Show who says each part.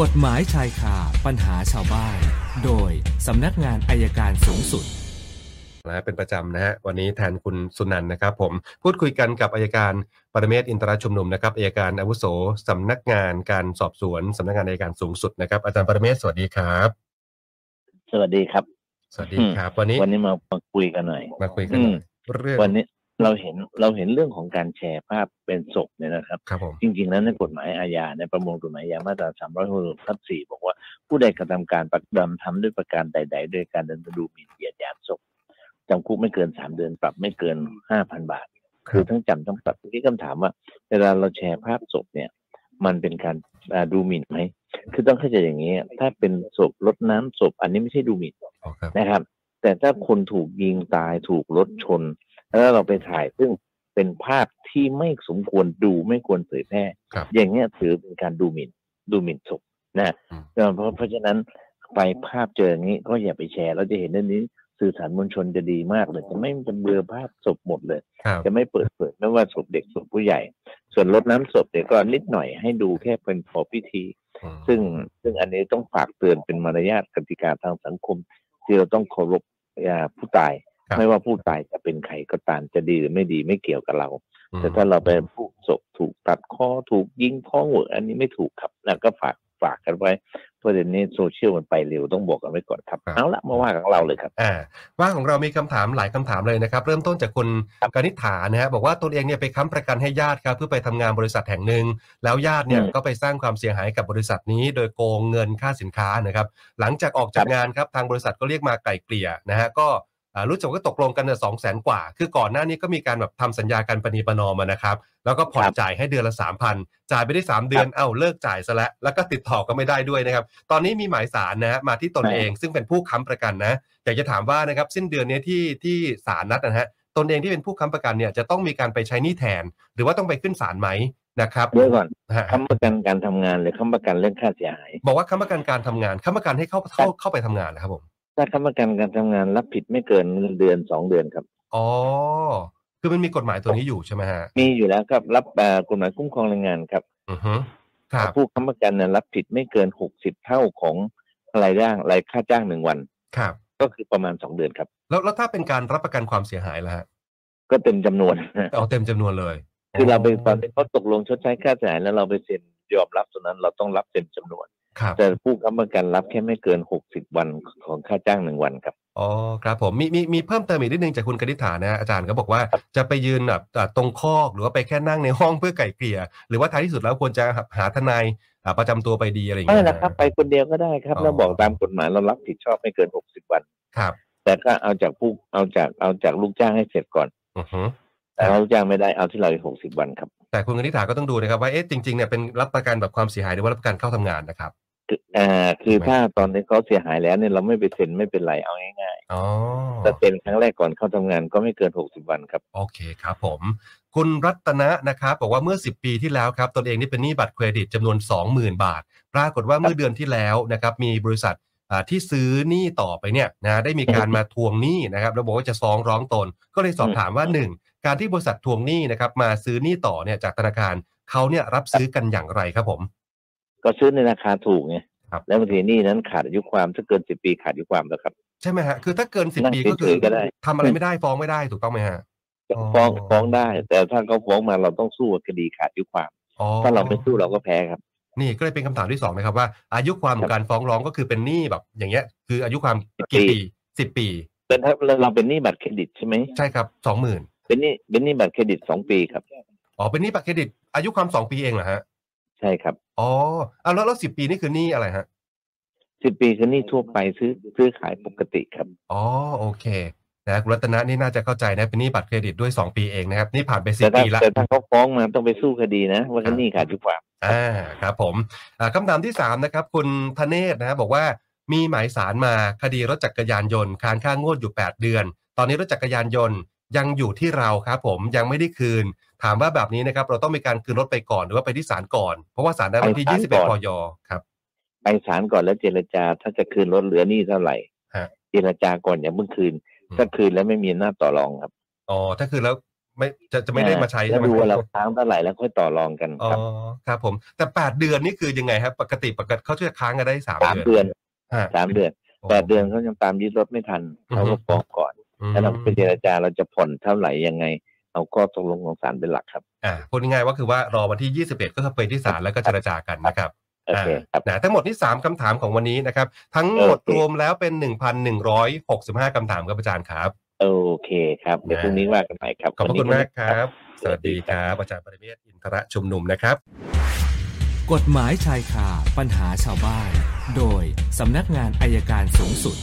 Speaker 1: กฎหมายชายคาปัญหาชาวบ้าน โดยสำนักงานอายการสูงสุด
Speaker 2: นะฮะเป็นประจำนะฮะวันนี้แทนคุณสุนันท์นะครับผมพูดคุยกันกับอายการปรเมศวร์อินทรชุมนุมนะครับอายการอาวุโสสำนักงานการสอบสวนสำนักงานอายการสูงสุดนะครับอาจารย์ปรเมศวร์สวัสดีครับ
Speaker 3: สวัสดีครับ
Speaker 2: สวัสดีครับ วันนี้
Speaker 3: วันนี้มามาคุยกันหน่อย
Speaker 2: มาคุยกัน
Speaker 3: อืม
Speaker 2: เรื่อง
Speaker 3: วันนี้เราเห็นเราเห็นเรื่องของการแชร์ภาพเป็นศพเนี่ยนะครับ
Speaker 2: ครับผม
Speaker 3: จริงๆแล้วในกฎหมายอาญาในประมวลกฎหมายอาญามาตรา3 6 6ทับ4บอกว่าผู้ใดกระทำการประดำทำด้วยประการใด ๆ โดยการดำเนินดูหมิ่นเหยียดหยามศพจำคุกไม่เกินสามเดือนปรับไม่เกินห้าพันบาท คือทั้งจำทั้งปรับที่คำถามว่า เวลาเราแชร์ภาพศพเนี่ย มันเป็นการอ่าดูหมิ่นไหมคือต้องเข้าใจอย่างนี้ถ้าเป็นศพลดน้ำศพ อันนี้ไม่ใช่ดูหมิ่น
Speaker 2: อ๋อครับ
Speaker 3: นะครับ แต่ถ้าคนถูกยิงตายถูกรถชน แล้วเราไปถ่ายซึ่งเป็นภาพที่ไม่สมควรดูไม่ควรเผยแพร่
Speaker 2: ครับ
Speaker 3: อย่างเงี้ยถือเป็นการดูหมิ่นดูหมิ่นศพนะ
Speaker 2: อืม
Speaker 3: เอ่อเพราะเพราะฉะนั้นไปภาพเจออย่างนี้ก็อย่าไปแชร์เราจะเห็นเรื่องนี้สื่อสารมวลชนจะดีมากเลยจะไม่จะเบลอภาพศพหมดเลย
Speaker 2: ครับ
Speaker 3: จะไม่เปิดเผยไม่ว่าศพเด็กศพผู้ใหญ่ ส่วนรดน้ำศพเนี่ยก็นิดหน่อยให้ดูแค่เป็นพอพิธี
Speaker 2: อืม
Speaker 3: ซึ่งซึ่งอันนี้ต้องฝากเตือนเป็นมารยาทกติกาทางสังคม ที่เราต้องเคารพอ่าผู้ตาย ไม่ว่าผู้ตายจะเป็นใครก็ตามจะดีหรือไม่ดีไม่เกี่ยวกับเรา แต่ถ้าเราไปผู้ศพถูกตัดคอถูกยิงท้องเวอร์อันนี้ไม่ถูกครับนะก็ฝากฝากกันไว้ประเด็นนี้โซเชียลมันไปเร็วต้องบอกกันไว้ก่อนครับ เอาละมาว่ากับเราเลยครับ
Speaker 2: อ่าว่าของเรามีคำถามหลายคำถามเลยนะครับ เริ่มต้นจากคุณกนิษฐานะฮะบอกว่าตนเองเนี่ยไปค้ำประกันให้ญาติครับเพื่อไปทำงานบริษัทแห่งหนึ่ง แล้วญาติเนี่ย
Speaker 3: อืม
Speaker 2: ก็ไปสร้างความเสียหายกับบริษัทนี้โดยโกงเงินค่าสินค้านะครับ หลังจากออกจาก
Speaker 3: ครับ
Speaker 2: งานครับทางบริษัทก็เรียกมาไกล่เกลี่ยนะฮะก็อ่ารู้จักก็ตกลงกันสองแสนกว่า คือก่อนหน้านี้ก็มีการแบบทำสัญญาการประนีประนอมอะนะครับ แล้วก็ผ่อน
Speaker 3: ครับ
Speaker 2: จ่ายให้เดือนละสามพันจ่ายไปได้สามเดือนเอ้าเลิกจ่ายซะแล้วแล้วก็ติดต่อก็ไม่ได้ด้วยนะครับ ตอนนี้มีหมายสารนะฮะมาที่ตน
Speaker 3: ใช่
Speaker 2: เองซึ่งเป็นผู้ค้ำประกันนะ อยากจะถามว่านะครับสิ้นเดือนเนี้ยที่ที่ศาลนัดนะฮะตนเองที่เป็นผู้ค้ำประกันเนี่ยจะต้องมีการไปใช้หนี้แทน หรือว่าต้องไปขึ้นศาลไหมนะครับ
Speaker 3: เดี๋ยวก่อน
Speaker 2: ฮะ
Speaker 3: ค้ำประกันการทำงานหรือค้ำประกันเรื่องค่าเสียหาย
Speaker 2: บอกว่าค้ำประกันการทำงานค้ำประกันให้เข้าเข้าเข้าไปทำงานนะครับผม
Speaker 3: ถ้าค้ำประกันการทำงานรับผิดไม่เกินเงินเดือนสองเดือนครับ
Speaker 2: อ๋อคือมันมีกฎหมายตัวนี้อยู่ใช่ไหมฮะ
Speaker 3: มีอยู่แล้วครับรับอ่ากฎหมายคุ้มครองแรงงานครับ
Speaker 2: อือฮึครับ
Speaker 3: ผู้ค้ำประกันนะรับผิดไม่เกิน 60 เท่าของรายได้รายค่าจ้างหนึ่งวัน
Speaker 2: ครับ
Speaker 3: ก็คือประมาณ 2 เดือนครับ
Speaker 2: แล้วแล้วถ้าเป็นการรับประกันความเสียหายล่ะฮะ
Speaker 3: ก็เต็มจำ นวน
Speaker 2: เอาเต็มจำนวนเลย
Speaker 3: คือเราไปตอนที่เขาตกลงชดใช้ค่าเสียหายแล้วเราไปเซ็นยอมรับตรงนั้นเราต้องรับเต็มจำนวน
Speaker 2: ครับ
Speaker 3: แต่ผู้ค้ำประกันรับแค่ไม่เกิน 60 วันของค่าจ้างหนึ่งวันครับ
Speaker 2: อ๋อครับผมมีมีมีเพิ่มเติมอีกนิดนึงจากคุณกนิษฐานะฮะอาจารย์ก็บอกว่าจะไปยืนแบบอ่าตรงคอกหรือว่าไปแค่นั่งในห้องเพื่อไกล่เกลี่ย หรือว่าท้ายที่สุดแล้วควรจะหาทนายอ่าประจำตัวไปดีอะไรอย่าง
Speaker 3: ไม่
Speaker 2: เงี้ย
Speaker 3: นะครับ ไปคนเดียวก็ได้ครับ
Speaker 2: อ๋อ
Speaker 3: เราบอกตามกฎหมายเรารับผิดชอบไม่เกิน 60 วัน
Speaker 2: ครับ
Speaker 3: แต่ก็เอาจากผู้เอาจากเอาจากลูกจ้างให้เสร็จก่อน
Speaker 2: อือฮึ
Speaker 3: แต่ถ้าลูกจ้างไม่ได้เอาที่เราอีก60 วันครับ
Speaker 2: แต่คุณกนิษฐาก็ต้องดูนะครับว่าเอ๊ะจริงๆเนี่ยเป็นรับประกันแบบความเสียหายหรือว่ารับประกันเข้าทำงานนะครับ
Speaker 3: คืออ่าคือ
Speaker 2: ไม่
Speaker 3: ถ้าตอนนี้เขาเสียหายแล้วเนี่ยเราไม่ไปเซ็นไม่เป็นไรเอาง่าย
Speaker 2: อ๋อ
Speaker 3: ๆแต่เซ็นครั้งแรกก่อนเข้าทำงานก็ไม่เกิน 60 วันครับ
Speaker 2: โอเคครับผม คุณรัตนะนะครับบอกว่าเมื่อ 10 ปีที่แล้วครับตนเองนี่เป็นหนี้บัตรเครดิตจำนวน 20,000 บาท ปรากฏว่าเมื่อเดือนที่แล้วนะครับมีบริษัทอ่าที่ซื้อหนี้ต่อไปเนี่ยนะได้มีการมาทวงหนี้นะครับแล้วบอกว่าจะฟ้องร้องตน ก็เลยสอบถามว่าหนึ่งการที่บริษัททวงหนี้นะครับมาซื้อหนี้ต่อเนี่ยจากธนาคารเขาเนี่ยรับซื้อกันอย่างไรครับผม
Speaker 3: ก็ซื้อในราคาถูกไง
Speaker 2: ครับ
Speaker 3: แล้วบางทีหนี่นั้นขาดอายุความถ้าเกิน 10 ปีขาดอายุความแล้วครับ
Speaker 2: ใช่ไหมฮะคือถ้าเกิน 10
Speaker 3: นั่ง
Speaker 2: ปีก็คือ
Speaker 3: เฉยๆก็ได้
Speaker 2: ทำอะไรไม่ได้ฟ้องไม่ได้ถูกต้องไหมฮะ อ๋อ
Speaker 3: ฟ้องฟ้องได้ แต่ถ้าเขาฟ้องมาเราต้องสู้กับคดีขาดอายุความ
Speaker 2: อ๋อ
Speaker 3: ถ้าเราไม่สู้เราก็แพ้ครับ
Speaker 2: นี่ก็เลยเป็นคำถามที่สองนะครับว่าอายุความข
Speaker 3: ครั
Speaker 2: อบ งการฟ้องร้องก็คือเป็นหนี้แบบ อย่างเงี้ย คืออายุความกี่ปีสิบปี
Speaker 3: แต่ถ้าเราเป็นหนี้บัตรเครดิตใช่ไหม
Speaker 2: ใช่ครับสองหมื่น
Speaker 3: เป็นหนี้เป็นหนี้บัตรเครดิตสองปีครับ
Speaker 2: อ๋อเป็นหนี้บัตรเครดิต อายุความสองปีเองเหรอฮะ
Speaker 3: ใช่ครับ
Speaker 2: อ๋อเอาแล้วแล้วสิบปีนี่คือหนี้อะไรฮะ
Speaker 3: สิบปีคือหนี้ทั่วไปซื้อซื้อขายปกติครับ
Speaker 2: อ๋อโอเคนะคุณรัตนะนี่น่าจะเข้าใจนะเป็นหนี้บัตรเครดิตด้วยสองปีเองนะครับนี่ผ่านไปสิ
Speaker 3: แต่
Speaker 2: บ
Speaker 3: ถ้า
Speaker 2: ปีละ
Speaker 3: แต่ถ้าเขาฟ้องมาต้องไปสู้คดีนะว่าหนี้ขาดอายุความ
Speaker 2: อ่าครับผมอ่าคำถามที่สามนะครับ คุณธเนศนะฮะบอกว่ามีหมายสารมาคดีรถจักรยานยนต์ค้างค่างวดอยู่แปดเดือน ตอนนี้รถจักรยานยนต์ยังอยู่ที่เราครับผมยังไม่ได้คืน ถามว่าแบบนี้นะครับ เราต้องมีการคืนรถไปก่อนหรือว่าไปที่ศาลก่อน เพราะว่าศาลนั้นวันที่
Speaker 3: ไป
Speaker 2: ยี่
Speaker 3: ศา
Speaker 2: สิบ
Speaker 3: ล
Speaker 2: เอ็
Speaker 3: ก่
Speaker 2: ด
Speaker 3: อน
Speaker 2: พยครับ
Speaker 3: ไปศาลก่อนแล้วเจรจาถ้าจะคืนรถเหลือหนี้เท่าไหร่
Speaker 2: ฮะ
Speaker 3: เจรจาก่อนอย่าเพิ่งคืน
Speaker 2: อืม
Speaker 3: ถ้าคืนแล้วไม่มีหน้าจต่อรองครับ
Speaker 2: อ๋อถ้าคืนแล้ว ไม่จะจะไม่ได้มาใช้ใช่ไหม
Speaker 3: แล้วดูว่าเราค้างเท่าไหร่แล้วค่อยต่อรองกัน
Speaker 2: อ๋อ
Speaker 3: ครับ
Speaker 2: ครับผม แต่แปดเดือนนี่คือยังไงครับ ปกติปกติเขาจะค้างกันได้สาม
Speaker 3: สาม
Speaker 2: เดือน
Speaker 3: เดือน
Speaker 2: ฮะ
Speaker 3: สามเดือน
Speaker 2: โอ้
Speaker 3: แปดเดือนเขายังตามยึดรถไม่ทันเขา
Speaker 2: อื
Speaker 3: ก็
Speaker 2: อฮึ
Speaker 3: ฟ้องก่อน
Speaker 2: อืม
Speaker 3: ถ้าเราไปเจรจาเราจะผ่อนเท่าไหร่ยังไง เอาข้อตกลงของศาลเป็นหลักครับ
Speaker 2: อ่าพูดง่ายๆว่าคือว่ารอวันที่ 21 ก็คือไปที่ศาลแล้วก็เจรจากันนะครับ
Speaker 3: โอเคครับ
Speaker 2: นะทั้งหมดนี่3คำถามของวันนี้นะครับ ทั้งหมด
Speaker 3: โอเค
Speaker 2: รวมแล้วเป็น 1,165คำถามครับอาจารย์ครับ
Speaker 3: โอเคครับ เดี๋ยวพรุ่งนี้ว่ากันใหม่ครับ
Speaker 2: ขอบพระคุณมากครับ ส
Speaker 3: สวั
Speaker 2: วัส
Speaker 3: สดี
Speaker 2: ดี
Speaker 3: ค
Speaker 2: ครับ รับอาจารย์ปริเมศวร์อินทรชุมนุมนะครับ
Speaker 1: กฎหมายชายคาปัญหาชาวบ้าน โดยสำนักงานอายการสูงสุด